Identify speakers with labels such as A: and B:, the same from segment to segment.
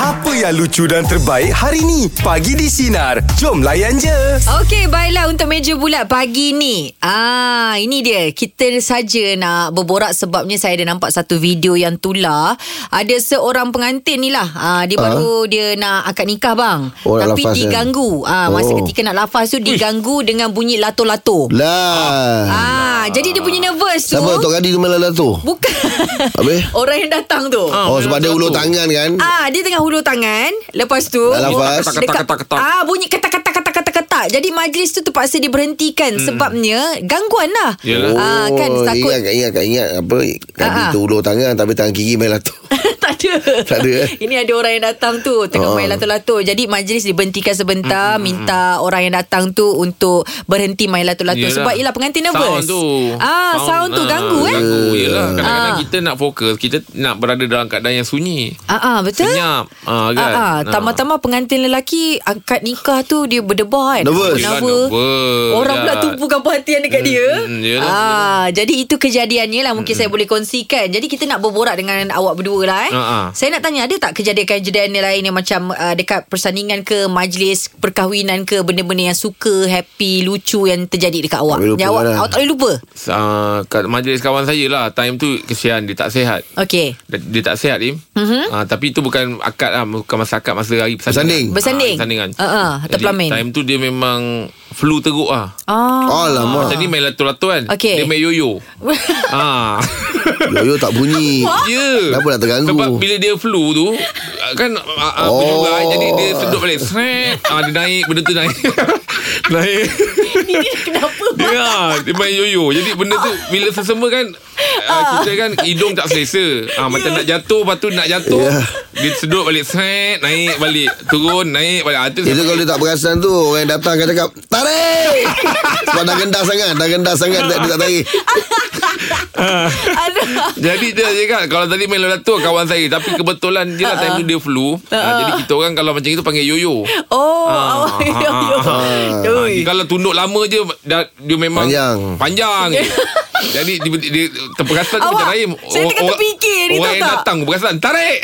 A: Apa yang lucu dan terbaik hari ni? Pagi di Sinar. Jom layan je.
B: Okey, baiklah untuk meja bulat pagi ni. Ah, ini dia. Kita saja nak berborak sebabnya saya ada nampak satu video yang tular. Ada seorang pengantin ni lah. Ah, dia baru dia nak akad nikah bang.
C: Oh, nak
B: Tapi
C: lafaz kan?
B: diganggu. Ah, masa
C: Oh.
B: ketika nak lafaz tu diganggu dengan bunyi lato-lato.
C: Lah.
B: Ah, jadi dia punya nervous tu.
C: Siapa Tok Kadi tu malam tu?
B: Bukan.
C: Habis?
B: Orang yang datang tu.
C: Oh, sebab dia ulur tangan kan?
B: Ah, dia tengah hulur tangan. Lepas tu
C: Dah lafaz.
B: dekat-
D: Ketak-ketak-ketak-ketak.
B: Ah, bunyi ketak-ketak ketak-ketak ketak. Jadi majlis tu terpaksa diberhentikan sebabnya gangguan lah.
D: Hmm. Yelah.
B: Ah, kan takut
C: Oh, Ingat, ingat, ingat, ingat apa? Kadi
B: Ah, ah.
C: tu ulur tangan tapi tangan kiri main lah tu.
B: tak ada.
C: Tak ada, eh?
B: Ini ada orang yang datang tu tengah
C: Ah.
B: main lato-lato. Jadi majlis diberhentikan sebentar,
D: Hmm,
B: minta orang yang datang tu untuk berhenti main lato-lato
D: Yelah.
B: sebab ialah pengantin nervous.
D: Sound tu
B: Ah, sound, tu
D: ah,
B: ganggu eh.
D: Ganggu yelah Kadang-kadang
B: Ah.
D: kita nak fokus Kita nak berada dalam keadaan yang sunyi
B: Ah, ah betul.
D: Senyap ah,
B: Ah,
D: kan?
B: ah, tambah-tambah pengantin lelaki angkat nikah tu dia berdebar kan.
C: Nervous.
D: Yelah, nervous,
B: Orang pula
D: kan?
B: tumpukan perhatian dekat dia.
D: hmm, yelah.
B: ah, jadi itu kejadiannya lah mungkin saya boleh kongsikan. Jadi kita nak berborak dengan awak berdua lah eh.
D: Ah, ah.
B: Saya nak tanya ada tak kejadian-kejadian yang lain yang macam uh, dekat persandingan ke majlis perkahwinan ke benda-benda yang suka, happy, lucu yang terjadi dekat awak.
C: boleh lupa
B: yang awak,
C: lah.
B: awak tak boleh lupa.
D: Ah, kat majlis kawan saya lah Time tu kesian Dia tak sihat
B: Okey.
D: dia, dia tak sihat Im
B: Mhm.
D: uh-huh. uh, Tapi tu bukan akad lah Bukan masa akad Masa hari
C: Bersanding.
D: persandingan
B: Bersanding.
D: Ah, persandingan
B: Ah, ah, atas
D: Jadi,
B: pelamin.
D: Time tu dia memang Flu teruk lah
B: Ah.
D: ah.
C: Alamak.
D: Macam ni main lato-lato kan
B: Okey.
D: Dia main yoyo ah.
C: Yo, yo tak bunyi.
D: Ya yeah.
C: Kenapa nak terganggu?
D: Sebab bila dia flu tu Kan ah, ah, aku
C: Oh.
D: juga Jadi dia sedut balik Sret ah, Dia naik Benda tu naik Naik
B: Ini kenapa?
D: Dia, ah, dia main yoyo Jadi benda tu Bila sesama kan ah, Kita kan hidung tak selesa ah, Macam nak jatuh Lepas tu nak jatuh
C: Ya.
D: Dia sedut balik Sret Naik balik Turun Naik balik ah, tu,
C: Itu kalau dia tak perasan tu Orang yang datang akan cakap Tarik Sebab dah gendah sangat Dah gendah sangat Dia, dia tak tarik
B: Aduh.
D: Jadi dia cakap Kalau tadi main lelatu Kawan saya Tapi kebetulan Dia lah time tu dia flu ah, Jadi kita orang Kalau macam itu Panggil yoyo
B: Oh,
D: Ah,
B: awak
D: ah,
B: yo yo.
D: ah,
B: Ui.
D: Dia kalau tunduk lama je dah, Dia memang
C: Panjang.
D: Panjang je. Jadi dia, dia terperasan
B: Awak,
D: macam Rahim
B: saya tengah
D: Orang-
B: terfikir ni,
D: Orang
B: tahu
D: yang
B: tak?
D: datang perasan Tarik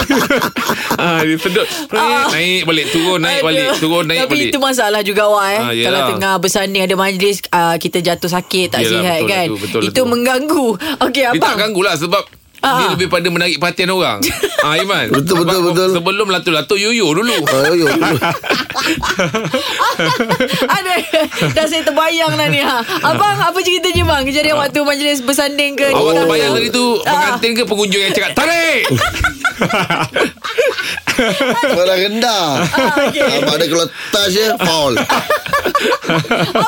D: ha, Dia sedut Tarik, Naik balik turun Naik
B: Ah. Aduh.
D: balik turun Naik
B: Tapi
D: balik
B: itu masalah juga awak eh.
D: Ah, yelah.
B: Kalau tengah bersanding ada majlis uh, kita jatuh sakit tak sihat
D: Yelah, betul lah
B: kan.
D: tu, betul lah
B: itu
D: tu.
B: mengganggu. Okey
D: Dia tak
B: abang.
D: ganggu lah sebab
B: Ah.
D: dia lebih pada menarik perhatian orang Ah Iman
C: Betul, betul,
D: Sebab
C: betul.
D: Sebelum latu-latu Yoyo dulu
C: Ah, Yo, yo
B: Ada dah saya terbayang lah ni ha. Abang apa ceritanya bang? Kejadian waktu majlis bersanding ke?
D: Ah. Awak tak
C: Oh.
B: datang
D: bayang
B: tu?
D: tadi tu
B: Ah.
D: Pengantin ke pengunjung yang cakap Tarik
C: Sebab dah gendah
B: Ah, okey.
C: Sebab dia kalau touch je Foul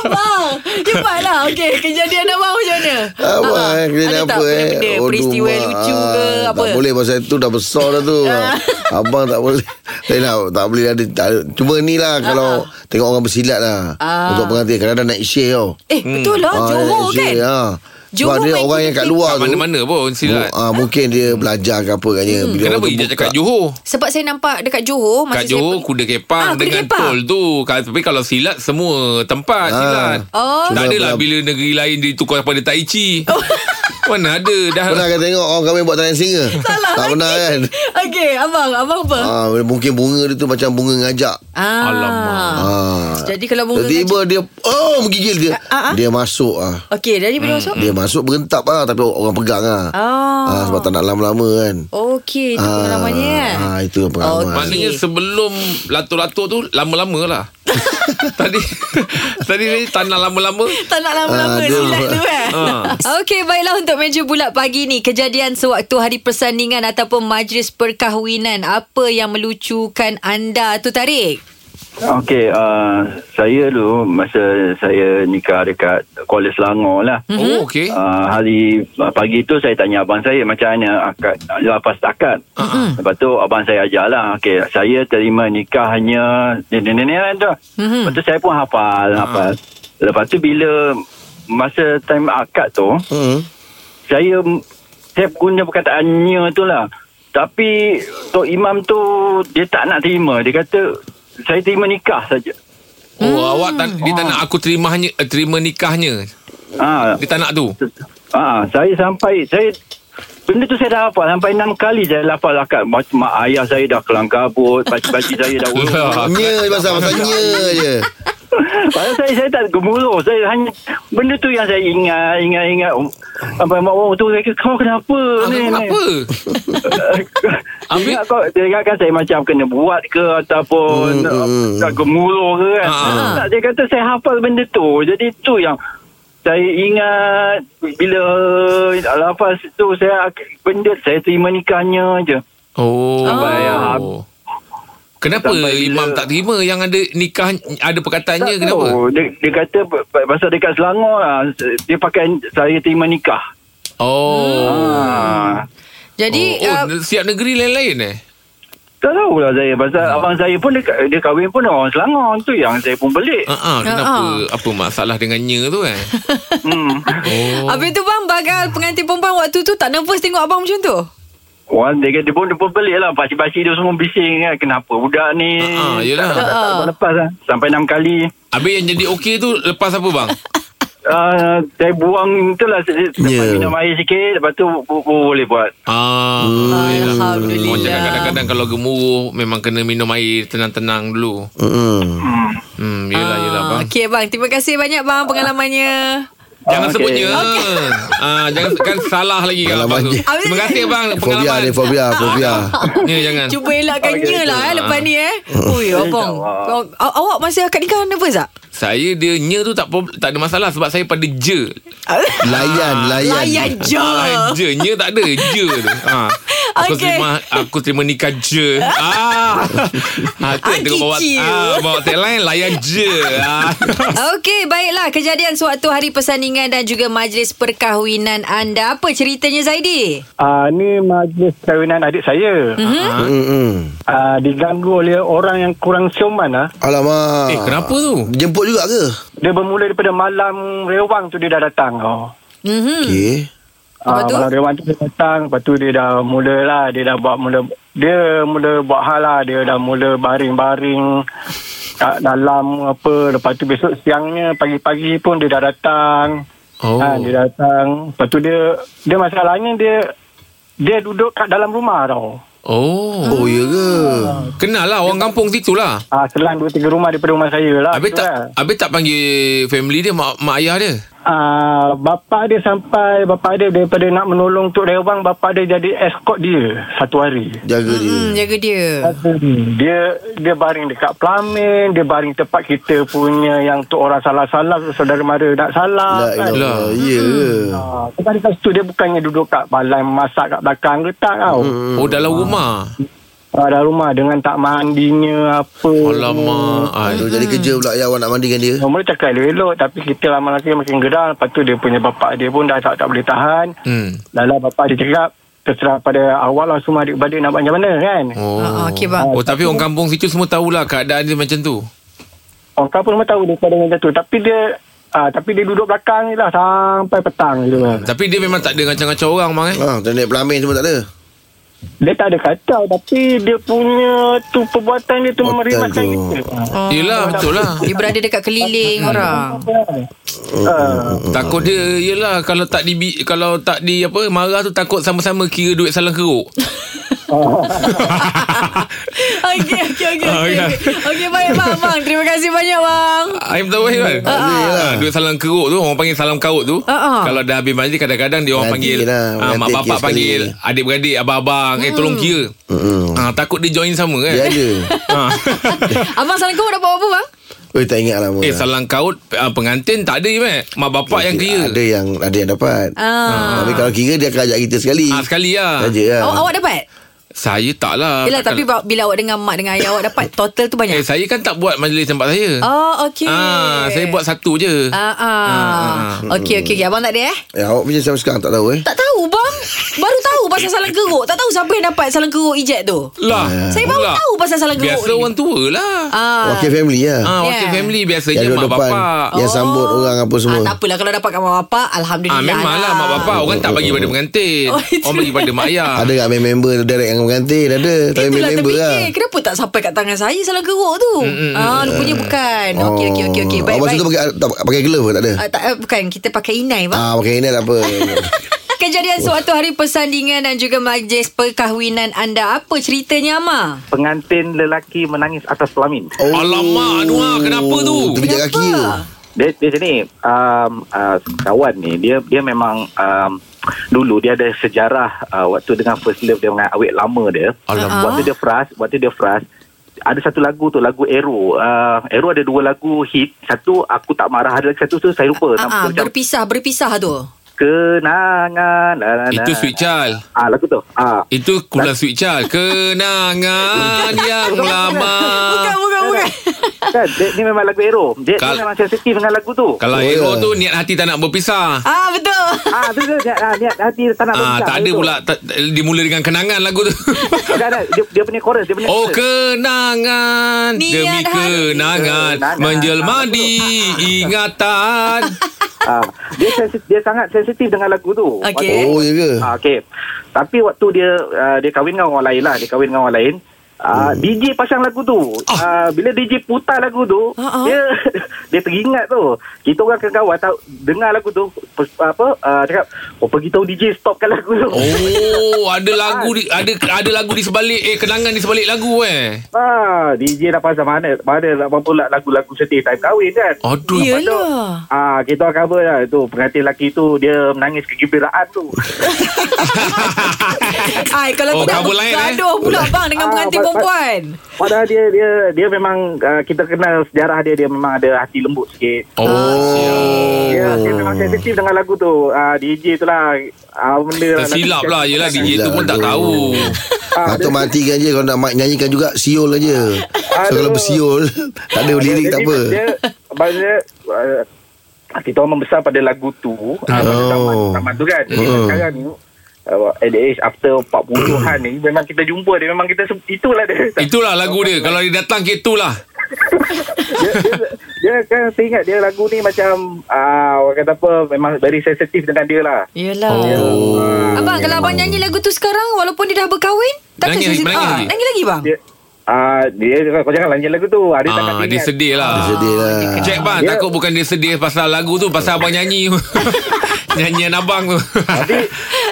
B: Abang Cepatlah Okey Kejadian abang macam mana
C: Apa
B: Ah,
C: eh Kena
B: Ada tak
C: apa eh
B: benda-benda
C: Aduh,
B: Peristiwa
C: mak.
B: lucu ke
C: Ah,
B: Apa Ha.
C: Tak boleh pasal tu Dah besar dah tu Abang tak boleh Tak nak Tak boleh ada tak- Cuma ni lah Kalau Tengok orang bersilat lah
B: Ha, Ah.
C: Untuk pengantin Kadang-kadang naik share tau
B: Eh
D: Hmm.
B: betul lah
C: Ah,
B: Johor kan
C: naik share, ah.
B: Johor
C: Sebab dia
B: main Hmm.
C: orang yang kat
B: kuda
C: luar
D: Kat
C: tu
D: mana-mana pun silat
C: Ah, mungkin dia belajar ke apa katnya. Hmm.
D: Kenapa dia cakap Johor
B: Sebab saya nampak Dekat Johor masa
D: Kat
B: saya
D: Johor
B: pergi-
D: kuda
B: Ah,
D: kepang
B: kuda
D: dengan
B: kepang.
D: tol tu. Ka- Tapi kalau silat semua tempat
C: Ah.
D: silat.
B: Oh.
D: Tak
C: Cuma
D: adalah
C: bila-
D: bila negeri lain ditukar pada Tai Chi. Mana ada dah.
C: Pernah kan tengok orang kahwin buat tangan singa?
B: Salah
C: tak
B: lah, lagi.
C: pernah kan?
B: Okey abang Abang apa
C: Ah, mungkin bunga dia tu macam bunga ngajak.
B: Ah.
D: Alamak.
C: Ah.
B: Jadi kalau bunga
C: Tiba-tiba dia oh menggigil dia.
B: ah, ah.
C: Dia masuk ah.
B: Okey, jadi bila masuk?
D: Hmm.
C: Dia masuk berentap ah tapi orang pegang
B: Ah.
C: ah. Hmm. ah sebab tak nak lama-lama kan.
B: Okey, itu pengalamannya kan.
C: Ah, itu pengalaman.
B: Okey.
D: Maknanya sebelum lato-lato tu lama-lama lah. tadi tadi ni tanah lama-lama.
B: Tak nak lama-lama
C: Ah, dia-
B: silat tu eh.
D: Ah.
B: Okey, baiklah untuk meja bulat pagi ni. Kejadian sewaktu hari persandingan ataupun majlis perkahwinan. Apa yang melucukan anda tu Tarik?
E: Okey, uh, saya dulu masa saya nikah dekat Kuala Selangor lah.
D: Oh, okey.
E: Uh, hari uh, pagi tu saya tanya abang saya macam mana akad lepas akad. Uh-huh. Lepas tu abang saya ajar lah. Okey, saya terima nikahnya ni ni ni ni ni tu.
B: Mhm.
E: Lepas tu saya pun hafal, hafal. Lepas tu bila masa time akad tu,
C: Hmm.
E: saya saya guna perkataannya tu lah. Tapi Tok Imam tu dia tak nak terima. Dia kata saya terima nikah saja.
D: Oh, awak tan- dia tak nak aku terima hanya eh, terima nikahnya.
E: Ha,
D: Dia tak nak tu.
E: ha, saya Ah, sampai saya Benda tu saya dah hafal Sampai enam kali saya hafal akad mak, mak ayah saya dah kelang kabut Pakcik-pakcik saya dah urut
D: Lah.
C: Nya je pasal Pasal nya je
E: Padahal saya, saya tak gemuruh Saya hanya Benda tu yang saya ingat Ingat-ingat Sampai mak orang tu kata Kau kenapa ni ni?"
D: Apa?
E: Dia
D: Ambil-
E: ingat kau Dia ingat kan saya macam Kena buat ke Ataupun hmm, Tak gemuruh ke kan
D: Ah, ah.
E: Tak, Dia kata saya hafal benda tu Jadi tu yang saya ingat bila lafaz tu saya benda saya terima nikahnya je.
D: Oh.
E: Bayar.
D: Kenapa
E: Sampai bila-
D: imam tak terima yang ada nikah ada
E: Tak
D: perkataannya kenapa?
E: tahu. Dia, dia kata pa- pa- pasal dekat Selangor lah, dia pakai saya terima nikah.
D: Oh.
E: Ah.
D: Jadi
B: Jadi
D: oh,
B: ah,
D: oh, siap negeri lain-lain eh.
E: Tak tahulah saya pasal
D: Hmm.
E: abang saya pun dia, dia kahwin pun orang Selangor tu yang saya pun
F: Eh,
E: belik.
D: Ha ah, kenapa apa masalah dengannya tu eh?
E: hmm.
D: Oh.
B: ah, Habis tu bang Bagal pengantin perempuan Waktu tu tak nervous Tengok abang macam tu
E: Wah, dia kata pun dia pun pelik lah. Pakcik-pakcik dia semua bising kan. Kenapa budak ni?
F: Eh.
D: Ah, ah, yelah.
E: Tak, tak, tak lepas lah. Sampai enam kali.
D: Habis yang jadi okey tu lepas apa bang?
E: Uh, saya buang tu lah. Saya
C: Ya.
E: yeah. minum air sikit. Lepas tu bu- bu- boleh buat.
D: Ah, yelah.
B: Alhamdulillah.
D: Orang cakap kadang-kadang kalau gemuruh memang kena minum air tenang-tenang dulu.
C: Mm-mm.
D: Hmm, yelah
B: Ah,
D: yelah bang.
B: Okey bang Terima kasih banyak bang Pengalamannya
E: Ah, okey.
D: Jangan okay. sebutnya. Ah, jangan kan salah lagi kalau
C: Pengalaman
D: abang tu.
C: je.
D: Terima kasih bang
C: Fobia
D: pengalaman.
C: dia Fobia Fobia
D: Ya jangan.
B: Cuba elakkannya
E: Okey,
B: lah eh, Lepas ni eh Ui abang
E: InsyaAllah.
B: Aw- Awak masa akad nikah nervous tak?
D: Saya dia nya tu tak prob- tak ada masalah sebab saya pada je.
C: Layan Layan
B: Layan je
D: Ah, je nya tak ada je tu. Ha. Aku
B: Okey.
D: terima aku terima nikah je. Ah. Ha tu yang tengok bawa
B: Kikiu.
D: ah bawa tagline layan je. Ah.
B: Okey, baiklah. Kejadian sewaktu hari persandingan dan juga majlis perkahwinan anda. Apa ceritanya, Zaidi?
F: Uh, ni majlis kahwinan adik saya.
D: Hmm.
F: Mm-hmm.
C: Ah. Mm-mm.
F: Uh, diganggu oleh orang yang kurang siuman. ah.
C: Alamak
D: Eh kenapa tu?
C: Jemput juga ke
B: Hmm.
F: Dia bermula daripada malam rewang tu dia dah datang. Oh.
B: Mm-hmm.
C: Okay
B: Lepas
F: Ah,
B: tu?
F: malam rewang tu dia datang. Lepas tu dia dah mula lah. Dia dah buat mula. Dia mula buat hal lah. Dia dah mula baring-baring. Kat dalam apa. Lepas tu besok siangnya pagi-pagi pun dia dah datang.
D: Oh.
F: Ha, dia datang. Lepas tu dia. Dia masalahnya dia. Dia duduk kat dalam rumah tau.
D: Oh.
C: Oh ya ke
D: Kenal lah orang kampung situ lah.
F: Ah, selang dua tiga rumah daripada rumah saya lah.
D: Habis
F: tu
D: tak
F: lah.
D: habis tak panggil family dia mak, mak ayah dia.
F: Ah, bapa dia sampai bapa dia daripada nak menolong Tok Rewang bapa dia jadi escort dia satu hari.
C: Jaga dia
B: Hmm, jaga dia.
F: Dia dia baring dekat pelamin, dia baring tempat kita punya yang tu orang salah-salah saudara mara nak salah.
C: La
F: kan.
C: ilaha
D: Lah.
C: Ya ke
F: Ah, tempat dekat situ dia bukannya duduk kat balai masak kat belakang ke tak tau.
D: Hmm. Oh dalam rumah.
F: Ah, dalam rumah dengan tak mandinya apa.
D: Alamak. Ah, Ai.
C: Aduh, Jadi kerja pula Ya awak nak mandikan dia
F: Mula cakap elok-elok Tapi kita lama-lama makin geram Lepas tu dia punya bapak dia pun Dah tak, tak boleh tahan
D: Hmm.
F: Lala bapa dia cakap terserah pada awal lah semua adik-beradik nak buat macam mana kan. Oh.
D: Oh.
B: Ah, ah, okey, bang.
D: Oh tapi orang kampung situ semua tahulah keadaan dia macam tu.
F: Orang kau pun semua tahu dia pada macam tu. Tapi dia ah, tapi dia duduk belakang je lah sampai petang gitu lah.
D: Tapi dia memang tak ada ngacang-ngacang orang bang eh.
C: Ha, Tanda pelamin semua tak ada
F: Dia tak ada kata tapi dia punya tu perbuatan dia tu
C: Betul
F: merimaskan
C: tu.
F: kita.
B: Oh,
D: Yelah betul lah.
B: Dia berada dekat keliling orang.
F: Ah,
D: Takut dia
C: ya.
D: Yelah Kalau tak di Kalau tak di apa Marah tu takut sama-sama Kira duit salang keruk
B: Okey, okey, okey.
D: Ah,
B: Okey, okey.
D: okey.
B: Okey, baik bang, bang. Terima kasih banyak bang.
D: Aim tahu kan
C: lah.
D: ha, Duit salang keruk tu Orang panggil salam kaut tu
B: Ah, ah.
D: Kalau dah habis majlis Kadang-kadang dia orang
C: Ganti
D: panggil
C: lah,
D: ah, Mak
C: ganti
D: bapak
C: kira
D: panggil
C: sekali.
D: Adik-beradik Abang-abang Eh tolong kira
C: Mm-mm.
D: ha, Takut dia join sama kan
C: Hmm. Dia ada
D: Ah.
B: Abang salam kau dapat apa bang?
C: Eh tak ingat lama
D: Eh salang kaut ah, Pengantin tak ada Iman Mak bapak yang kira
C: Ada yang Ada yang dapat
B: Ah.
C: Tapi kalau kira Dia akan ajak kita sekali
D: Ah, sekali lah
C: Saja lah
B: Awak, awak dapat?
D: Saya tak lah
B: Yelah,
D: Takkan-
B: tapi ba- bila awak dengan mak dengan ayah awak dapat total tu
D: Eh
B: banyak.
D: saya kan tak buat majlis tempat saya
B: Oh, okey.
D: Ah, saya buat satu je.
B: Ah, ah. Okey, okey, okey. Abang tak ada eh?
C: Eh, awak punya sampai sekarang tak tahu eh?
B: Tak tahu bang Baru tahu pasal salang keruk Tak tahu siapa yang dapat salang keruk ejek tu
D: Lah.
C: Ah.
B: Saya baru
D: Lah.
B: tahu pasal salang geruk
D: Biasa
B: ni.
D: orang tua
B: eh.
D: lah.
B: Ah,
C: Wakil family lah.
D: Ah, wakil
B: Yeah.
D: family biasanya
C: yang
D: mak
C: duduk depan.
D: bapak.
C: Yang sambut orang apa semua.
B: ah, Tak apalah kalau dapat kat mak bapak Alhamdulillah lah.
D: Ah, memanglah mak bapak
C: Oh,
D: orang tak bagi pada pengantin.
B: Oh, itu.
D: orang bagi pada mak ayah.
C: Ada kat main member direct yang mengganti ada. Tapi main
B: Itulah
C: member
B: terfikir
C: lah.
B: Kenapa tak sampai kat tangan saya Salang keruk tu
D: Mm,
B: ah, Rupanya bukan Okey okey okey
C: Oh,
B: okay. Baik eh,
C: Awak
B: baik
C: tu pakai tak pakai glove ke tak ada?
B: ah, tak, ah, Bukan kita pakai inai bang
C: Ah, pakai ini tak apa.
B: Kejadian suatu hari persandingan dan juga majlis perkahwinan anda. Apa ceritanya, Amar?
F: Pengantin lelaki menangis atas pelamin.
C: Oh.
D: Alamak, Anwar, kenapa tu?
C: Terbijak kaki tu.
F: Dia, dia sini um, uh, kawan ni dia dia memang um, dulu dia ada sejarah uh, waktu dengan first love dia dengan awet lama dia.
D: Alamak.
F: Waktu dia fras, waktu dia fras ada satu lagu tu lagu Aero. Uh, Aero ada dua lagu hit. Satu aku tak marah ada lagi satu tu saya lupa.
B: Ah, ah,
F: Nama macam
B: berpisah, berpisah
D: Ah.
B: tu.
F: kenangan. La, la, la.
D: Itu sweet child.
F: Ah lagu tu. Ah
D: Itu kumpulan sweet child. Kenangan yang lama.
B: Bukan, bukan, bukan.
F: kan dia, ni memang lagu Aero. Dia,
D: Kal-
F: dia memang sensitif dengan lagu tu.
D: Kalau
C: Oh,
D: ego
C: ya.
D: tu niat hati tak nak berpisah.
B: Ah, betul.
F: Ah, tu tu niat, ah, niat hati tak nak
D: Ah,
F: berpisah
D: tak ada
F: tu.
D: pula tak, dimula dengan kenangan lagu tu.
F: Tak ada, Kan, dia, dia punya chorus, dia punya
D: Oh
F: chorus.
D: kenangan
B: Niat
D: demi
B: hati.
D: kenangan
F: Kenangan.
D: menjelma di ingatan.
F: Ah, dia sensitif, dia sangat sensitif dengan lagu tu.
B: Okey.
C: Oh, ya ke?
F: Ah, okay. Tapi waktu dia uh, dia kahwin dengan orang lain lah, dia kahwin dengan orang lain.
C: Hmm.
F: Uh, DJ pasang lagu tu ah. uh, Bila DJ putar lagu tu
B: Ah, ah.
F: Dia Dia teringat tu Kita orang kawan-kawan tahu, Dengar lagu tu pers- Apa uh, Cakap Oh pergi tahu DJ Stopkan lagu tu
D: Oh, ada lagu di, ada ada lagu di sebalik eh kenangan di sebalik lagu eh.
F: ah, DJ dah pasang mana Mana nak pula Lagu-lagu sedih Time kahwin kan
C: Oh.
D: Aduh.
B: Ya.
F: Lepas tu,
B: Yelah.
F: Ah, kita orang cover lah tu pengantin lelaki tu dia menangis kegembiraan tu.
B: Ai, kalau
D: Oh,
B: tidak
D: cover lain, eh?
B: bergaduh pula bang dengan
F: Ah,
B: pengantin
F: but- but-
B: perempuan.
F: Padahal dia dia dia memang uh, kita kenal sejarah dia dia memang ada hati lembut sikit.
D: Oh,
C: Ah,
F: Dia,
C: Oh.
F: dia memang sensitif dengan lagu tu. Ah, DJ tu lah ah, benda
D: tersilap lah Yelah DJ tu pun tak tahu
F: Ah,
C: Atau matikan je Kalau nak mic nyanyikan juga Siul aja So
F: Ah, Aduh.
C: kalau bersiul Tak ada lirik tak apa
F: Dia maksudnya uh, kita orang membesar pada lagu tu. Ah, pada zaman, zaman tu kan. Jadi
C: Oh.
F: sekarang ni uh, at the age after 40-an ni memang kita jumpa dia memang kita se- itulah dia.
D: Itulah lagu dia Kalau dia datang ke lah. itulah
F: dia, dia, dia kan saya ingat dia lagu ni macam ah orang kata apa memang very sensitive dengan dia lah.
B: Yelah.
D: Oh.
C: Oh.
B: Abang, kalau abang nyanyi lagu tu sekarang walaupun dia dah berkahwin, takkan
D: Menangis,
B: sensitif- Ah,
D: menangis lagi. Ya.
B: Nangis lagi bang?
F: Dia ah dia kau jangan lanjut lagu tu. Ah, dia takkan
D: ah, Dia
F: ingat.
D: sedih lah
C: Sedih lah
D: Cek bang
F: Dia-
D: Takut bukan dia sedih Pasal lagu tu Pasal abang nyanyi Nyanyian abang tu
F: Tapi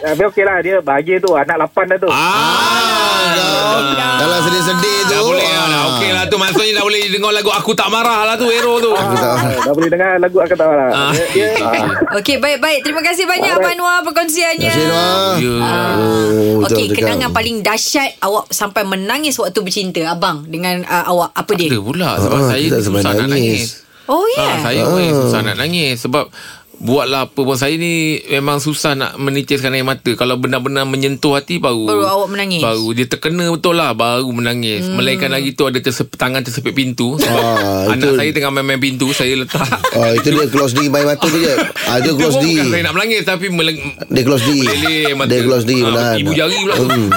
F: tapi okey lah dia bahagia tu anak lapan dah tu.
D: Ah,
C: Kalau sedih-sedih tu
D: Dah boleh lah
C: ah,
D: dah Okey lah tu Maksudnya dah boleh dengar lagu Aku tak marah lah tu Hero tu
C: Aku tak
F: dah boleh dengar lagu akan tahu lah.
D: Ah.
F: Dia, dia, ah.
B: Okey, baik-baik. Terima kasih banyak Abang Noah perkongsiannya.
C: Terima kasih Noah
D: Ya.
C: Oh, betul,
B: Ah. Okey,
C: betul.
B: kenangan paling dahsyat awak sampai menangis waktu bercinta abang dengan uh, awak apa
D: Ada
B: dia?
D: pula Sebab
C: Ah,
D: saya
C: kita tak sampai
D: susah nak
C: nangis.
D: nangis
B: Oh ya.
D: Ah,
B: Yeah.
D: saya pun yang susah nak nangis sebab buatlah apa pun saya ni memang susah nak menitiskan air mata. Kalau benar-benar menyentuh hati baru
B: Baru awak menangis.
D: Baru dia terkena betul lah baru menangis. Hmm. Melainkan lagi tu ada tersep, tangan tersepit pintu sebab
C: Ah, itu-
D: anak saya tengah main-main pintu saya letak.
C: Oh, itu dia close diri main mata tu je. Ah, itu
D: pun
C: close
D: bukan saya
C: diri.
D: nak melangis tapi meleng-
C: Dia close diri.
D: meleleh mata.
C: Dia close diri
D: Ah,
C: menahan.
D: Ibu jari pula.
C: Hmm.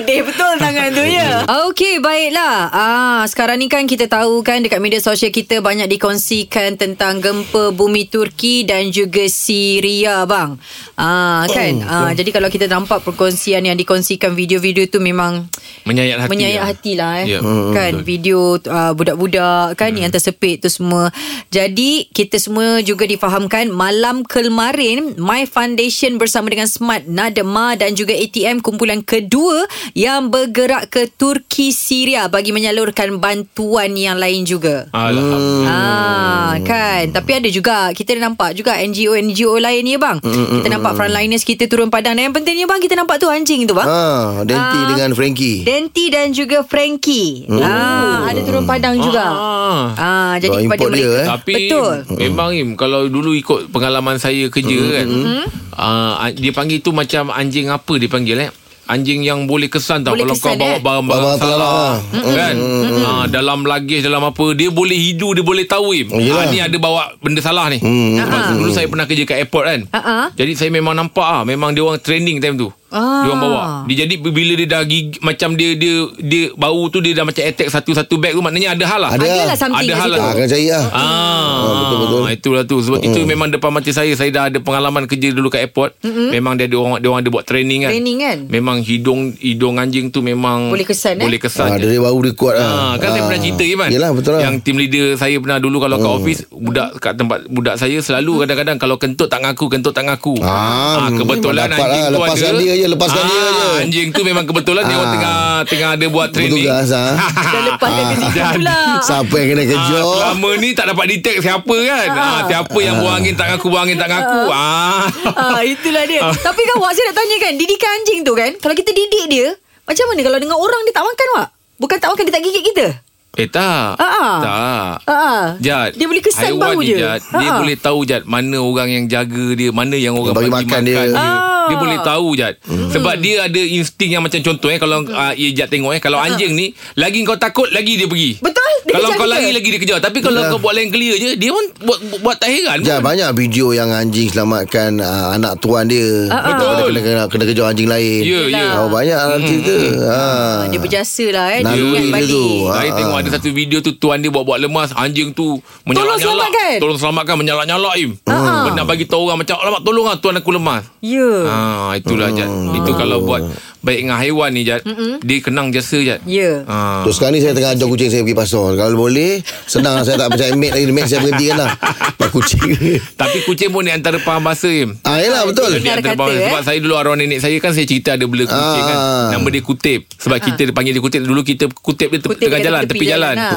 B: Medih betul tangan tu ya. Okey, baiklah. Ah, sekarang ni kan kita tahu kan dekat media sosial kita banyak dikongsikan tentang gempa bumi Turki dan juga Syria bang. Ah, kan. ah, jadi kalau kita nampak perkongsian yang dikongsikan video-video tu memang
D: Menyayat hati.
B: menyayat
D: lah.
B: hati lah eh.
D: Ya.
C: Hmm.
D: Hmm.
B: Kan video uh, budak-budak kan yang tersepit tu semua. Jadi kita semua juga difahamkan malam kemarin My Foundation bersama dengan Smart Nadema dan juga ATM kumpulan kedua yang bergerak ke Turki Syria bagi menyalurkan bantuan yang lain juga.
D: Alhamdulillah.
B: Ah kan tapi ada juga kita dah nampak juga NGO NGO lain ni bang.
D: Hmm,
B: Kita nampak frontliners kita turun padang dan yang pentingnya bang kita nampak tu anjing tu bang.
C: Ah, Denti
B: Ah.
C: dengan Frankie.
B: Denti dan juga Frankie.
C: Oh.
B: Ah, ada turun padang juga.
D: Ah.
B: Ah, jadi
C: Orang
B: kepada
C: import dia,
B: mereka.
C: eh.
D: Tapi
B: Betul.
D: memang Im kalau dulu ikut pengalaman saya kerja mm-hmm. kan. Uh, dia panggil tu macam anjing apa dia panggil eh? Anjing yang boleh kesan tau
B: Boleh
D: kalau
B: kesan,
D: kau bawa
B: eh?
D: barang-barang
C: Barang-barang
D: salah
C: salah.
D: kan. Ah, dalam luggage dalam apa dia boleh hidu dia boleh tahu Im.
C: Yelah.
D: Ah, ni ada bawa benda salah ni.
C: Hmm.
D: Sebab dulu saya pernah kerja kat airport kan.
B: Ah, ah.
D: Jadi saya memang nampak ah memang dia orang training time tu.
B: Ah.
D: Dia orang bawa. Dia jadi bila dia dah gigi, macam dia dia dia bau tu dia dah macam attack satu-satu bag tu maknanya ada hal lah.
C: Ada.
B: Adalah something
D: Ada
B: kat
D: hal
B: situ.
D: lah.
C: Ah, kena cari lah. Ah, Hmm.
D: Ah,
C: betul, betul.
D: Itulah tu sebab itu memang depan mata saya saya dah ada pengalaman kerja dulu kat airport. Memang dia ada orang dia orang ada buat training kan.
B: Training kan?
D: Memang hidung hidung anjing tu memang
B: Boleh kesan, eh?
D: Boleh kesan.
C: Ah,
D: je.
C: dia bau dia kuat lah.
D: Ah, kan saya pernah cerita Iman
C: Yelah betul lah. Hmm.
D: Yang team leader saya pernah dulu Kalau kat office Budak kat tempat Budak saya
B: Hmm.
D: selalu kadang-kadang Kalau kentut tak ngaku Kentut tak ngaku
C: Ah,
D: Kebetulan
C: dapat
D: anjing
C: lah.
D: tu
C: Lepaskan
D: ada Ah,
C: dia je, lepaskan dia je.
D: Anjing tu memang kebetulan Dia
C: Ah.
D: orang tengah Tengah ada buat training
C: Bertugas ah.
B: Dah lepas dah kerja
D: Jadi-
B: pula.
C: Siapa yang kena kerja?
D: Ah, selama ni tak dapat detect siapa kan ah, Siapa yang buang angin tak ngaku Buang angin tak ngaku ah.
B: Ah, itulah dia.
D: Ah.
B: Tapi kan Wak saya nak tanya kan, didikan anjing tu kan, kalau kita didik dia, macam mana kalau dengan orang dia tak makan Wak? Bukan tak makan dia tak gigit kita.
D: Eh tak
B: Ah.
D: Tak
B: Ha.
D: Jad
B: Dia boleh kesan
D: haiwan
B: bau
D: ni,
B: je.
D: Jad, Dia
B: Ah.
D: boleh tahu Jad Mana orang yang jaga dia Mana yang orang
C: Bagi makan
D: bagi, makan,
C: dia.
B: Ah.
D: dia,
B: Hmm.
D: Dia boleh tahu Jad Sebab dia ada insting yang macam contoh eh Kalau ah, ya, Jad tengok eh Kalau anjing ni Lagi kau takut Lagi dia pergi
B: Betul? Dia kejar
D: Kalau kau
B: kita.
D: lari lagi dia kejar Tapi kalau kau buat lain clear je Dia pun buat, buat, buat tak heran
C: Jad, banyak video yang anjing selamatkan uh, anak tuan dia.
B: Ah,
C: Daripada Kena, kena, kena kejar anjing lain.
D: Ya, ya.
C: Oh, banyak lah cerita. Ha.
B: Ah, Dia berjasa lah eh. didikan
C: Naluri dia
B: balik.
C: tu. Ah,
D: Saya
C: ah.
D: tengok ada satu video tu Tuan dia buat-buat lemas Anjing tu menyalak-nyalak.
B: selamatkan.
D: Tolong selamatkan Menyalak-nyalak Im
B: Ah.
D: Nak bagi tahu orang Macam alamak tolong lah Tuan aku lemas
B: Ya.
D: Ah, itulah Jad. Itu kalau buat baik dengan haiwan ni Jad, dia kenang jasa Jad.
B: Ya.
D: Ah.
C: Terus sekarang ni saya tengah ajar kucing saya pergi pasar. Kalau boleh, senang lah saya tak percaya mate lagi. Mate saya berhentikan lah. Pak kucing.
D: Tapi kucing pun ni antara faham bahasa Im.
C: ah, yelah betul.
D: Dia
B: Dengar
D: antara
B: kata,
D: faham bahasa.
B: eh.
D: Sebab saya dulu arwah nenek saya kan saya cerita ada bela kucing
C: Ah.
D: kan. Nama dia kutip. Sebab kita dia panggil dia kutip. Dulu kita kutip dia te-
B: Ah. Kutip
D: tengah
B: kat
D: jalan, tepi jalan.
B: ah.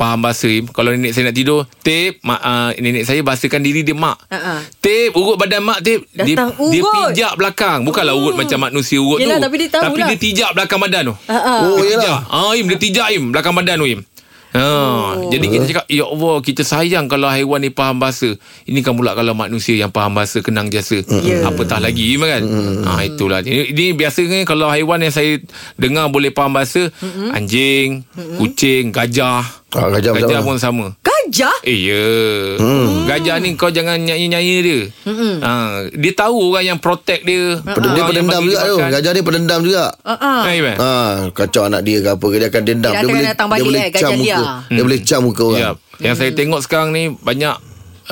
D: Faham bahasa Im. Kalau nenek saya nak tidur, tip, mak, ah, nenek saya bahasakan diri dia mak.
B: Ah, ah.
D: Tip, urut badan mak tip.
B: Datang
D: dia, dia
B: urut. Hmm.
D: pijak belakang. Bukanlah urut macam manusia urut
B: Yelah,
D: tu.
B: tapi dia tahu
D: tapi
B: lah.
D: dia tijak belakang badan tu.
B: Ah, ah.
C: Oh,
D: dia
C: yelah.
D: tijak. Ah, Im, dia tijak Im belakang badan tu Im. Ha, oh. jadi kita cakap ya Allah kita sayang kalau haiwan ni faham bahasa. Ini kan pula kalau manusia yang faham bahasa kenang jasa.
B: Ya.
D: Apatah lagi Im kan. Ha itulah. Ini, ini biasanya kalau haiwan yang saya dengar boleh faham bahasa anjing, kucing, gajah.
C: Ah, gajah macam
D: gajah
C: mana?
D: pun sama.
B: Gajah?
D: Eh ya hmm. Gajah ni kau jangan nyanyi-nyanyi dia hmm. ha, Dia tahu orang yang protect Ah, dia
C: Pedendam, dia pendendam juga tu. Gajah ni pendendam juga.
B: Ah, ah.
D: Gajah
C: Ah, kacau anak dia ke apa ke dia akan dendam.
B: Dia
C: Dia,
B: akan
C: boleh
B: datang
C: dia
B: balik,
C: boleh
B: eh,
C: cam
B: gajah
C: muka.
B: dia.
C: Dia boleh cam muka orang.
D: Ya. Yang saya
B: Hmm.
D: tengok sekarang ni banyak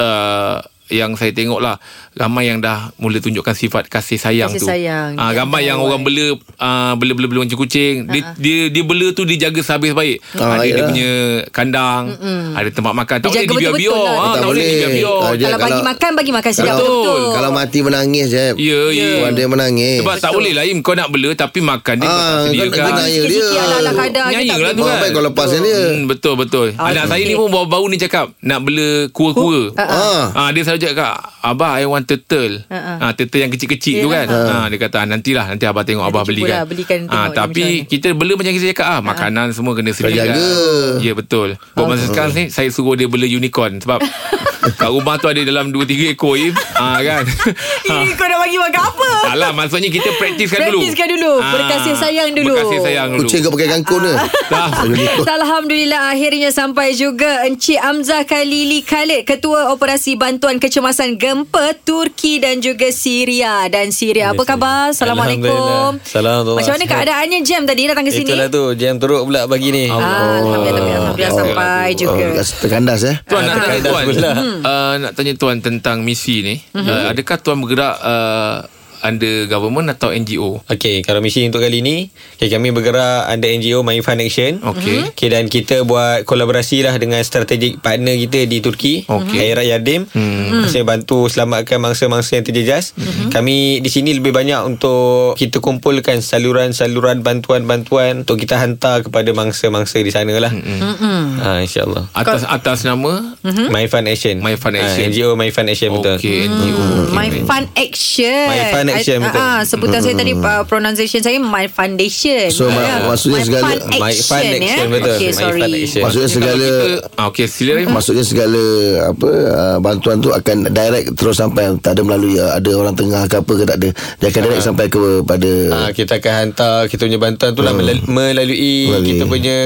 D: uh, yang saya tengok lah ramai yang dah mula tunjukkan sifat kasih sayang
B: Kasih
D: tu.
B: sayang.
D: Ah
B: Dia
D: ramai yang
B: kawan.
D: orang bela uh, bela bela bela macam kucing. Dia,
B: Ha,
D: dia dia bela tu dia jaga sehabis baik.
C: Ah,
D: ada dia
C: iyalah.
D: punya kandang, ada tempat makan. Tak
B: Dia
D: boleh
B: jaga betul-betul
D: dibiar-biar.
B: lah.
D: Ah,
C: Tak
D: tak boleh
C: boleh.
D: dibiar-biar.
C: Ah, dia
B: Kalau bagi
C: kalau-
B: makan Bagi makan sedap
C: Kalau-
B: betul
C: Kalau mati menangis je.
D: Ya, ya.
C: Tuan dia menangis.
D: Sebab tak boleh lah Im Kau nak bela Tapi makan dia
C: Ah,
D: tak kan?
C: kau nak
D: sediakan
C: dengar ya dia.
B: Sikit-sikit ala-ala kadar je
D: Nyanyi
B: tak
D: lah
B: boleh
D: tu
C: Maaf
D: kan.
C: baik kalau lepaskan dia.
D: Hmm, betul betul.
B: Ah,
D: Anak
B: okey.
D: saya ni pun baru-baru ni cakap nak bela kua-kua.
B: Ah,
C: ah.
D: Ah dia selalu cakap, "Abah, I want turtle."
B: Ah,
D: Ah turtle yang kecil-kecil tu
B: Yelah.
D: kan. Ah dia kata, "Ah, "Nantilah, nanti abah tengok abah
B: jumpa
D: belikan."
B: lah, belikan
D: Ah
B: tengok dia macam
D: tapi
B: mana.
D: kita bela macam kita cakap ah makanan semua kena sediakan.
C: jaga.
D: Ya betul. Buat
B: Ah.
D: masa sekarang ni saya suruh dia bela unicorn sebab kat rumah tu ada dalam 2 3 ekor Im. Ah kan.
G: Ha.
B: Ini kau nak bagi makan apa?
D: Alah maksudnya kita praktiskan dulu. Ah,
B: Praktiskan dulu. Berkasih sayang dulu.
D: Berkasih sayang dulu.
C: Kucing kau pakai kangkung dia.
D: Tak.
B: Tak, Alhamdulillah akhirnya sampai juga Encik Amzah Khalili Khalid Ketua Operasi Bantuan Kecemasan Gempa Turki dan juga Syria Dan Syria apa
G: Yes,
B: khabar?
G: yes.
B: Assalamuakalalaikum
G: Alhamdulillah. Assalamualaikum.
B: Macam mana
G: Sihat.
B: keadaannya Jam tadi datang ke sini?
G: Itulah tu Jam teruk pula pagi ni
B: Ah, Alhamdulillah, tapi Alhamdulillah sampai
C: Oh,
B: juga
C: dekat terkandas eh.
D: Tuan nak tanya
G: terkandas
D: tuan.
G: pula.
D: Uh, nak tanya tuan tentang misi ni. Uh, adakah tuan bergerak uh, under government atau NGO?
G: Okey, kalau misi untuk kali ni, okay, kami bergerak under NGO My Fund Action. Mhm.
D: Okey.
G: Okay, dan kita buat kolaborasi lah dengan strategic partner kita di Turki,
D: Okey.
G: Hayrat Yardim. Hmm. Saya bantu selamatkan mangsa-mangsa yang terjejas. Hmm. Kami di sini lebih banyak untuk kita kumpulkan saluran-saluran bantuan-bantuan untuk kita hantar kepada mangsa-mangsa di sana lah.
B: Mhm.
G: Hmm. Ha, InsyaAllah.
D: Atas atas nama
G: Hmm? My Fund Action.
D: My Fund Action.
G: Ha, NGO My Fund Action betul.
D: Okey, NGO.
B: Hmm,
D: Okey,
B: My
D: baik.
B: Fun Action
G: My Fun Action,
B: I,
G: betul. Hmm.
B: ah, Sebutan saya tadi uh, Pronunciation saya My Foundation
C: So, ma- maksudnya
B: My
C: segala-
B: Fun Action
G: My Fun Action,
B: ya?
G: betul.
B: Okay
G: My
B: sorry
G: Fund Action.
C: Maksudnya segala
D: Ah, okey, sila Rahim.
C: Hmm. Maksudnya segala apa uh, bantuan tu akan direct terus sampai tak ada melalui uh, ada orang tengah ke apa ke tak ada dia akan direct sampai kepada
G: Ah, kita akan hantar kita punya bantuan tu lah melalui, melalui
C: Hmm. Melalui. Hmm.
G: kita punya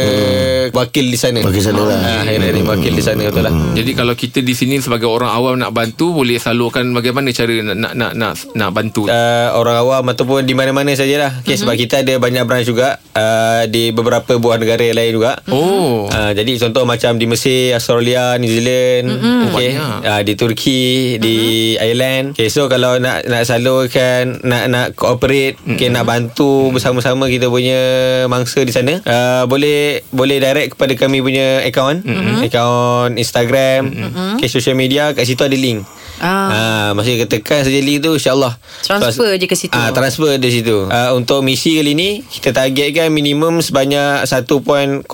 G: wakil di sana.
C: Wakil sana lah. Hmm.
G: Ah, Hairi wakil di sana betul lah.
D: Jadi kalau kita di sini sebagai orang awam nak bantu boleh salurkan bagaimana cara nak nak nak, nak bantu
G: Ah, uh, orang awam ataupun di mana-mana sajalah. Okay, mm-hmm. sebab kita ada banyak branch juga uh, di beberapa buah negara yang lain juga.
D: Oh.
G: Uh, jadi contoh macam di Mesir, Australia, New Zealand, mm-hmm. okay,
D: Oh, Banyak.
G: uh, di Turki, mm-hmm. di Ireland. Okay, so kalau nak nak salurkan, nak nak cooperate, mm-hmm. okay, nak bantu bersama-sama kita punya mangsa di sana, uh, boleh boleh direct kepada kami punya account, mm-hmm. account Instagram, mm-hmm. okay, social media kat situ ada link.
B: Ah.
G: Ah. maksudnya kita tekan saja link tu insyaallah.
B: Transfer
G: Sebab-
B: je ke situ.
G: Ah, transfer di situ. Ah, untuk misi kali ni kita targetkan minimum sebanyak 1.035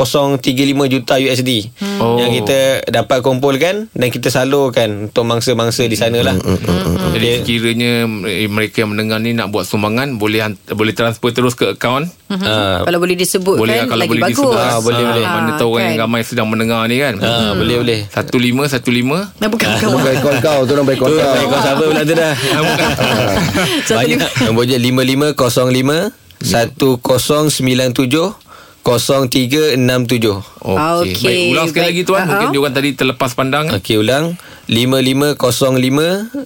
G: juta USD hmm.
D: Oh.
G: yang kita dapat kumpulkan dan kita salurkan untuk mangsa-mangsa di sana lah. Hmm. Hmm.
D: Jadi sekiranya eh, mereka yang mendengar ni nak buat sumbangan boleh hant- boleh transfer terus ke akaun.
G: ah,
B: Kalau boleh disebut
D: Boleh lah
B: kan
D: kalau
B: Lagi
D: boleh
B: bagus kan?
D: disebut.
G: Ah, boleh,
D: Ah,
G: boleh.
D: Mana tahu orang yang ramai sedang mendengar ni kan.
G: ah,
B: Hmm.
G: boleh boleh.
D: 15 15
B: Nah, bukan
C: Tu
B: kawan
C: bukan ikon kau Tu nombor ikon
G: Tu
C: kau
G: kau siapa pula tu dah?
B: Satu
G: Banyak
B: lima-
G: Nombor je 5505 1097 0367
D: Okey.
B: Okey,
D: Baik, ulang
B: baik.
D: sekali lagi tuan. Mungkin
B: Ah, ah.
D: dia orang tadi terlepas pandang.
G: Okey Hmm? ulang 5505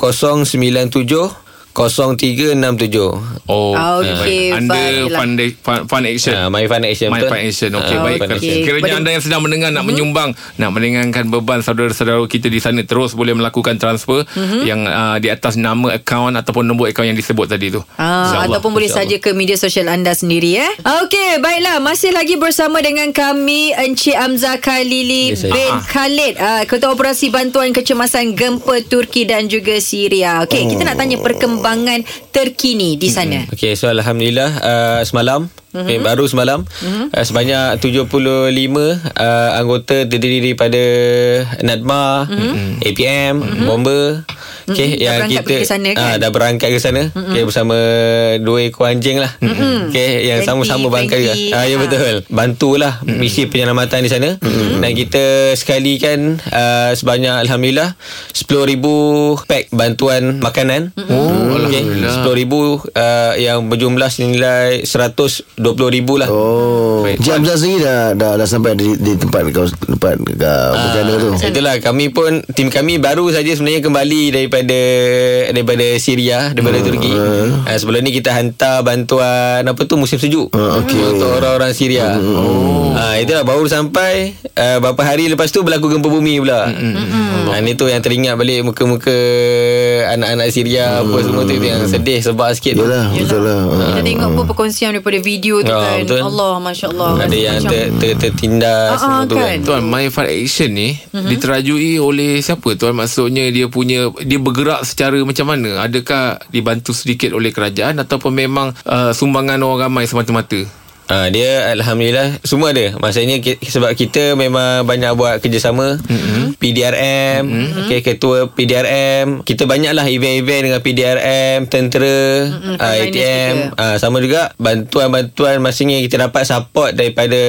G: 1097 0367
D: Oh,
B: Okey, lah.
D: baik. Under
B: baiklah.
D: fund, fund, fund action.
G: Ah, My Fun Action
D: My
G: betul?
D: Fund Action Okey
G: Ah,
D: baik
G: My
B: Okey.
G: Fun
B: Hmm?
G: Action.
D: Kiranya
B: Pada-
D: anda yang sedang mendengar Nak menyumbang Nak meringankan beban Saudara-saudara kita di sana Terus boleh melakukan transfer
B: Hmm?
D: Yang uh, di atas nama akaun Ataupun nombor akaun yang disebut tadi tu
B: Ah,
D: InsyaAllah.
B: ataupun boleh saja ke media sosial anda sendiri eh. Okey, baiklah. Masih lagi bersama dengan kami Encik Amzah Khalili
G: Ya, saya.
B: bin
D: Ah.
B: Khalid, ah, Ketua Operasi Bantuan Kecemasan Gempa Turki dan juga Syria. Okey, kita
D: Oh.
B: nak tanya perkembangan terkini
D: Hmm.
B: di sana.
G: Okey, so alhamdulillah uh, semalam
B: Mhm.
G: mm-hmm. eh, baru semalam mm-hmm. uh, sebanyak 75 uh, anggota terdiri daripada Nadma, mm-hmm. APM, mm-hmm. bomber.
B: Mm-mm, Mhm.
G: Okey,
B: dah berangkat pergi ke sana, kan? Mhm.
G: ah, dah berangkat ke sana. Mm-hmm. Okey, bersama dua ekor anjing lah. Mm-hmm. Okey, yang
B: 20,
G: sama-sama berangkat juga.
B: 20.
G: Ah, ya
B: Ha.
G: betul. Bantulah mm-hmm. misi penyelamatan di sana mm-hmm. dan kita sekalikan uh, sebanyak alhamdulillah 10,000 pack bantuan makanan. Mm-hmm. Oh,
D: alhamdulillah.
G: RM10,000 uh, yang berjumlah senilai RM120,000 lah.
C: Oh
D: Baik.
C: Cik Hamzah sendiri dah, dah, dah sampai di, di tempat kau Tempat kau Bencana tu
G: Itulah kami pun tim kami baru saja sebenarnya kembali daripada daripada Syria daripada Turki. Uh, sebelum ni kita hantar bantuan apa tu musim sejuk
C: Ah, okey.
G: untuk orang-orang Syria. Oh. Uh, itulah baru sampai uh, beberapa hari lepas tu berlaku gempa bumi pula. Hmm. Uh, ni tu yang teringat balik muka-muka anak-anak Syria apa semua tu, tu yang sedih sebab sikit. tu.
C: Yelah Betul lah
B: Kita tengok pun perkongsian daripada video tu
D: Ya,
G: Ah,
B: kan.
G: betul.
B: Allah, masya-Allah.
G: Ada yang ter, ter, tertindas
B: Ah,
G: semua
B: ah,
G: tu kan.
B: kan.
D: Tuan My Fund Action ni Diterajui oleh siapa tuan Maksudnya dia punya Dia bergerak secara macam mana Adakah dibantu sedikit oleh kerajaan Ataupun memang uh, Sumbangan orang ramai semata-mata
G: Ha, dia Alhamdulillah Semua ada Maksudnya ki, sebab kita memang banyak buat kerjasama mm-hmm. PDRM mm-hmm. Okay, Ketua PDRM Kita banyaklah event-event dengan PDRM Tentera mm-hmm. uh,
B: finance
G: ATM uh, Sama juga Bantuan-bantuan Maksudnya kita dapat support Daripada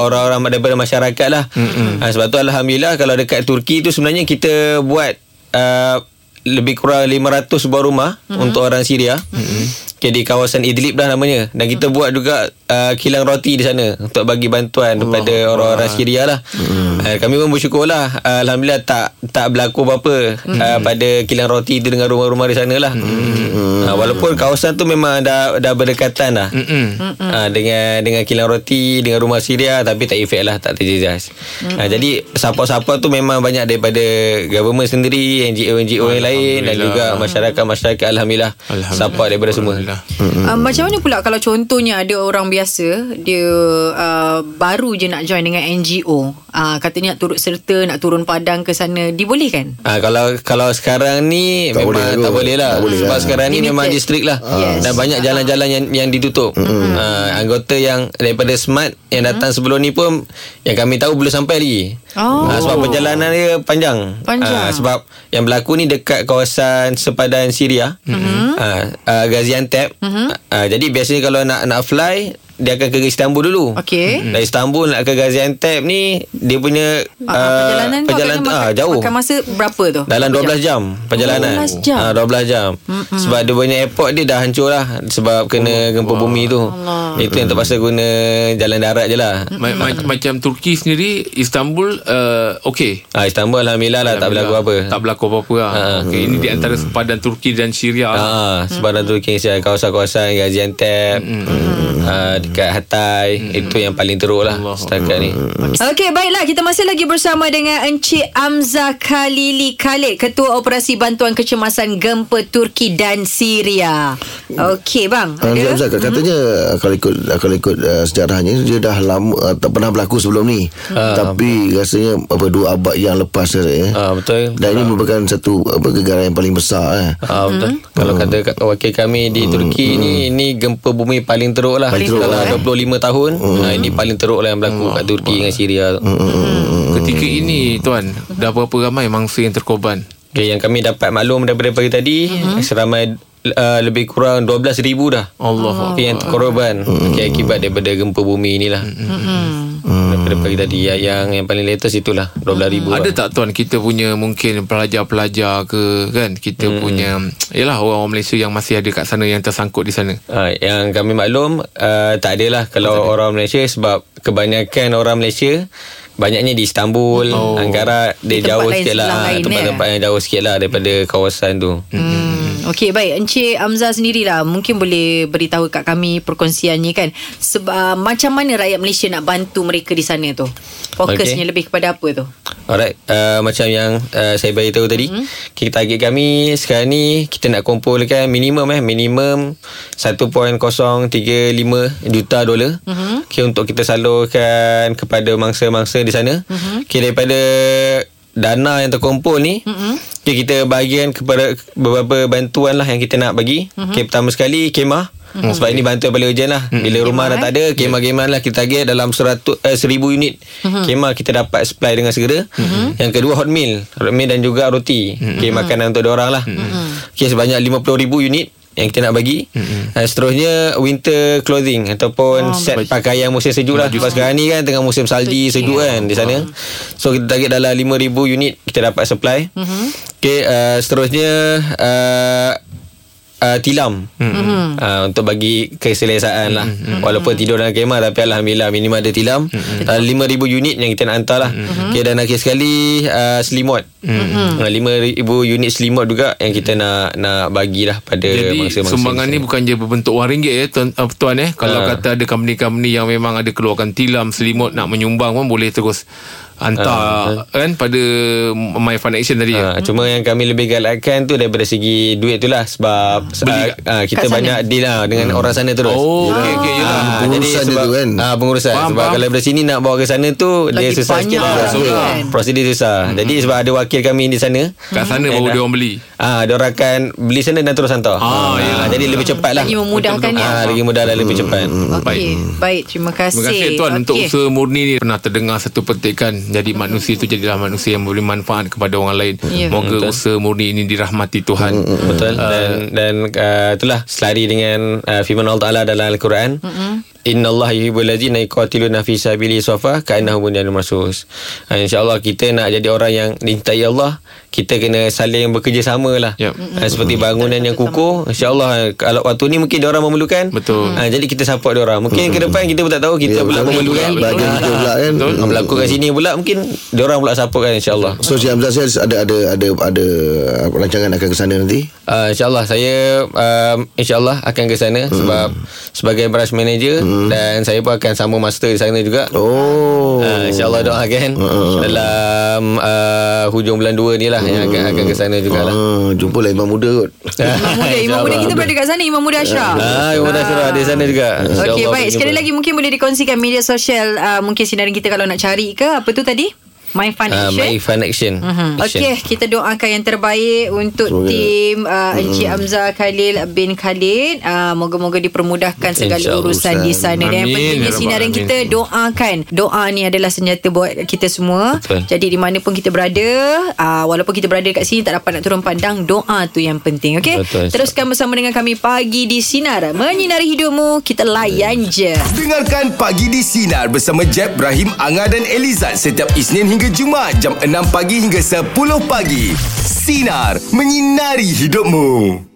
G: orang-orang Daripada masyarakat lah mm-hmm. uh, Sebab tu Alhamdulillah Kalau dekat Turki tu sebenarnya kita buat uh, lebih kurang 500 sebuah rumah mm-hmm. untuk orang Syria. Mm-hmm. Okay, di kawasan Idlib dah namanya. Dan kita mm-hmm. buat juga uh, kilang roti di sana untuk bagi bantuan Allah kepada orang-orang Syria lah. Mm-hmm. Uh, kami pun bersyukur lah. Uh, Alhamdulillah tak tak berlaku apa-apa mm-hmm. uh, pada kilang roti itu dengan rumah-rumah di sana lah. Mm-hmm. Uh, walaupun kawasan tu memang dah dah berdekatan lah.
D: Mm-mm.
G: Ha, dengan dengan kilang roti dengan rumah Syria tapi tak efek lah tak terjejas mm-hmm. ha, jadi support-support tu memang banyak daripada government sendiri NGO-NGO yang lain dan juga masyarakat-masyarakat Alhamdulillah, Alhamdulillah support daripada semua
D: Alhamdulillah.
B: Uh, macam mana pula kalau contohnya ada orang biasa dia uh, baru je nak join dengan NGO uh, katanya nak turut serta nak turun padang ke sana dibolehkan?
G: Ha, kalau kalau sekarang ni
C: Tak
G: tak memang
C: boleh
G: boleh
C: kot.
G: tak boleh lah
C: Tak boleh
G: sebab
C: lah.
G: sekarang ni
B: Limited. Ah.
G: memang distrik lah
B: Yes.
G: dan banyak jalan-jalan yang yang ditutup mm-hmm. ha, anggota yang daripada smart
B: Mm-hmm.
G: yang datang sebelum ni pun yang kami tahu belum sampai lagi
B: Oh.
G: ha, sebab perjalanan dia panjang
B: Panjang.
G: Ha, sebab yang berlaku ni dekat kawasan Ah, sepadan Syria mm-hmm. ha, ha, Gaziantep mm-hmm. ha, jadi biasanya kalau nak nak fly dia akan ke Istanbul dulu.
B: Okey.
G: Dari Istanbul nak ke Gaziantep ni dia punya
B: Ah, perjalanan kau
G: perjalanan
B: kena
G: ah,
B: makan,
G: jauh.
B: Makan masa berapa tu?
G: Dalam 12 jam perjalanan.
B: 12 jam.
G: Ha, 12 jam. Mm-mm. Sebab dia punya airport dia dah hancur lah sebab kena oh, gempa bumi tu. Allah. Itu yang terpaksa guna jalan darat je lah.
D: Ma- ma- macam Turki sendiri Istanbul uh, okey
G: Ha, Istanbul alhamdulillah lah tak berlaku apa.
D: tak berlaku apa-apa lah.
G: Ha.
D: okay, ini di antara sempadan Turki dan Syria lah.
G: Ha, sebab dalam Turki Indonesia kawasan-kawasan Gaziantep, ha, dekat Hatay, itu yang paling teruk lah
D: Allah.
G: setakat ni.
B: Okey, baiklah. Kita masih lagi bersama dengan Encik Amza Khalili Khalid, Ketua Operasi Bantuan Kecemasan Gempa Turki dan Syria. Okey, bang.
C: Hamzah
B: Ada?
C: Zakat Ah, katanya uh, kalau ikut uh, kalau ikut uh, sejarahnya dia dah lama uh, tak pernah berlaku sebelum ni. Tapi rasanya apa dua abad yang lepas eh.
G: Ha, betul.
C: Dan ini merupakan satu apa gegara yang paling besar eh.
G: Ah, betul. Hmm. Kalau kata kat- wakil kami di Turki ni ini gempa bumi paling teruk lah.
C: Hmm. Paling teruk
G: Dalam
C: lah, eh. Hmm.
G: 25 tahun. Nah, ini paling teruk lah yang berlaku kat Turki dengan Syria. tu.
D: Ketika ini tuan dah berapa ramai mangsa yang terkorban?
G: Okay, yang kami dapat maklum daripada pagi tadi seramai uh, lebih kurang 12,000 dah.
D: Allah.
G: Okay, yang korban
C: Hmm.
G: okay, akibat daripada gempa bumi inilah. Hmm. Daripada pagi tadi yang yang, yang paling latest itulah 12,000. lah.
D: Ada tak tuan kita punya mungkin pelajar-pelajar ke kan kita hmm. punya yalah orang-orang Malaysia yang masih ada kat sana yang tersangkut di sana.
G: Ha, yang kami maklum uh, tak adalah kalau tak ada. orang Malaysia sebab kebanyakan orang Malaysia banyaknya di Istanbul, oh. Ankara dia
B: Tempat
G: jauh
B: lain
G: sikit
B: sebelah
G: lah
B: lain, ya.
G: tempat-tempat yang jauh sikit lah daripada kawasan tu.
D: Mm,
B: Hmm, Okey, baik. Encik Amza sendirilah mungkin boleh beritahu kat kami perkongsiannya kan. Sebab macam mana rakyat Malaysia nak bantu mereka di sana tu? Fokusnya
G: Okey.
B: lebih kepada apa tu?
G: Alright, uh, macam yang uh, saya beritahu tadi,
B: Hmm.
G: mm-hmm. kita target kami sekarang ni kita nak kumpulkan minimum eh minimum 1.035 juta dolar. Mm-hmm.
B: Hmm.
G: Okay, untuk kita salurkan kepada mangsa-mangsa di sana. Mm-hmm.
B: Hmm.
G: Okay, daripada dana yang terkumpul ni,
B: Hmm.
G: mm-hmm. okay, kita bahagian kepada beberapa bantuan lah yang kita nak bagi. Mm-hmm. Okay, pertama sekali kemah. Mm-hmm. Sebab ini bantuan paling urgent lah Bila rumah dah tak ada Kemah-kemah lah Kita target dalam 100, eh, 1000 unit Kemah kita dapat supply dengan segera Yang kedua hot meal Hot meal dan juga roti Okay makanan untuk orang lah Okay sebanyak 50,000 unit yang kita nak bagi uh, Seterusnya Winter clothing Ataupun set pakaian musim sejuk lah Sebab sekarang ni kan Tengah musim salji Sejuk kan Di sana So kita target dalam 5,000 unit Kita dapat supply Okay uh, Seterusnya uh, uh, tilam mm-hmm. uh, untuk bagi keselesaan lah mm-hmm. walaupun tidur dalam kemah tapi alhamdulillah minimal ada tilam mm-hmm. uh, 5000 unit yang kita nak hantar lah mm-hmm. okay, dan akhir sekali uh, selimut mm-hmm. uh, 5000 unit selimut juga yang kita nak nak bagilah pada
D: Jadi
G: mangsa-mangsa
D: sumbangan
G: di
D: ni
G: sana.
D: bukan je berbentuk wang ringgit ya tuan, uh, tuan eh kalau
G: Ha.
D: kata ada company-company yang memang ada keluarkan tilam selimut nak menyumbang pun boleh terus
G: Ah,
D: hantar kan pada My Fun Action tadi ya.
G: Ha, cuma yang kami lebih galakkan tu daripada segi duit tu lah sebab
D: Beli
G: uh, uh,
B: kat
G: kita
B: sana?
G: banyak deal lah dengan orang sana terus.
D: Oh, okey okey ya.
G: Ah,
C: Pengurusan
G: jadi
C: dia
G: sebab,
C: tu kan?
G: ah, Pengurusan
D: Faham,
G: Sebab
D: faham.
G: kalau daripada sini Nak bawa ke sana tu Dia
B: Lagi
G: susah sikit
B: banyak
G: lah.
B: lah
G: Susah.
B: kan?
G: Prosedur susah
D: Hmm.
G: Jadi sebab ada wakil kami di sana
D: Kat sana
G: Eh,
D: baru
G: dah.
D: dia orang beli.
G: Ah, dia orang akan beli sana dan terus hantar. Ha,
D: Ah, Hmm. yelah.
G: jadi lebih cepat lah.
B: Lagi memudahkan ya.
G: Ah, lagi mudah dan lebih cepat.
B: Okey, baik. Terima kasih.
D: Hmm. Terima kasih tuan okay. untuk
B: Okey.
D: usaha murni ni pernah terdengar satu petikan jadi manusia itu jadilah manusia yang boleh manfaat kepada orang lain.
B: Ya.
D: Moga usaha murni ini dirahmati Tuhan.
G: Hmm. Betul.
D: Hmm.
G: Dan dan uh, itulah selari dengan uh, firman Allah Taala dalam Al-Quran. Inna Allah yuhibbul ladzina yuqatiluna fi sabili safa ka'annahum bunyanun marsus. Ha, InsyaAllah kita nak jadi orang yang dicintai Allah, kita kena saling bekerjasama lah.
D: Yep.
G: Ha, seperti bangunan yang kukuh, insyaAllah ha, kalau waktu ni mungkin orang memerlukan.
D: Betul.
G: Ha, jadi kita support orang. Mungkin ke depan kita pun tak tahu
C: Ya,
G: kita pula
C: betul.
G: memerlukan.
C: Bahagian kita pula kan.
G: Betul. Hmm. Berlaku kat sini pula mungkin diorang pula support kan insyaAllah.
C: So Cik Hamzah saya ada ada ada ada apa, rancangan akan ke sana nanti.
G: Uh, InsyaAllah saya um, InsyaAllah akan ke sana hmm. Sebab Sebagai branch manager hmm. Dan saya pun akan sama master di sana juga
C: Oh.
G: uh, InsyaAllah doakan Dalam uh, Hujung bulan 2 ni lah Yang akan, akan ke sana jugalah
C: Ah, jumpa lah imam muda kot.
B: Imam muda, Imam muda kita berada kat sana Imam muda Ashraf.
G: Ah, Imam Muda Ashraf ada di sana juga. InsyaAllah
B: Okey, baik.
G: berjumpa.
B: ah, Sekali lagi mungkin boleh dikongsikan media sosial uh, mungkin sinaran kita kalau nak cari ke apa tu tadi? My Fun
G: Ah,
B: Action.
G: My Fun Action.
B: Hmm.
G: Action.
B: Okey, kita doakan yang terbaik untuk
C: Semoga.
B: tim uh, Encik Hamzah Khalil bin Khalid. Uh, moga-moga dipermudahkan segala
G: InsyaAllah,
B: urusan di sana dan yang
D: Amin,
B: pentingnya
D: ya
B: sinaran
D: Rabbal
B: kita
D: Alamin.
B: doakan. Doa ni adalah senjata buat kita semua.
G: Betul.
B: Jadi di mana pun kita berada, uh, walaupun kita berada kat sini tak dapat nak turun pandang, doa tu yang penting. Okey.
G: Betul,
B: Teruskan bersama dengan kami pagi di sinar menyinari hidupmu. Kita layan je.
A: Dengarkan Pagi di Sinar bersama Jeb, Ibrahim, Anga dan Elizad setiap Isnin hingga Jumaat jam 6 pagi hingga 10 pagi. Sinar. Menyinari hidupmu.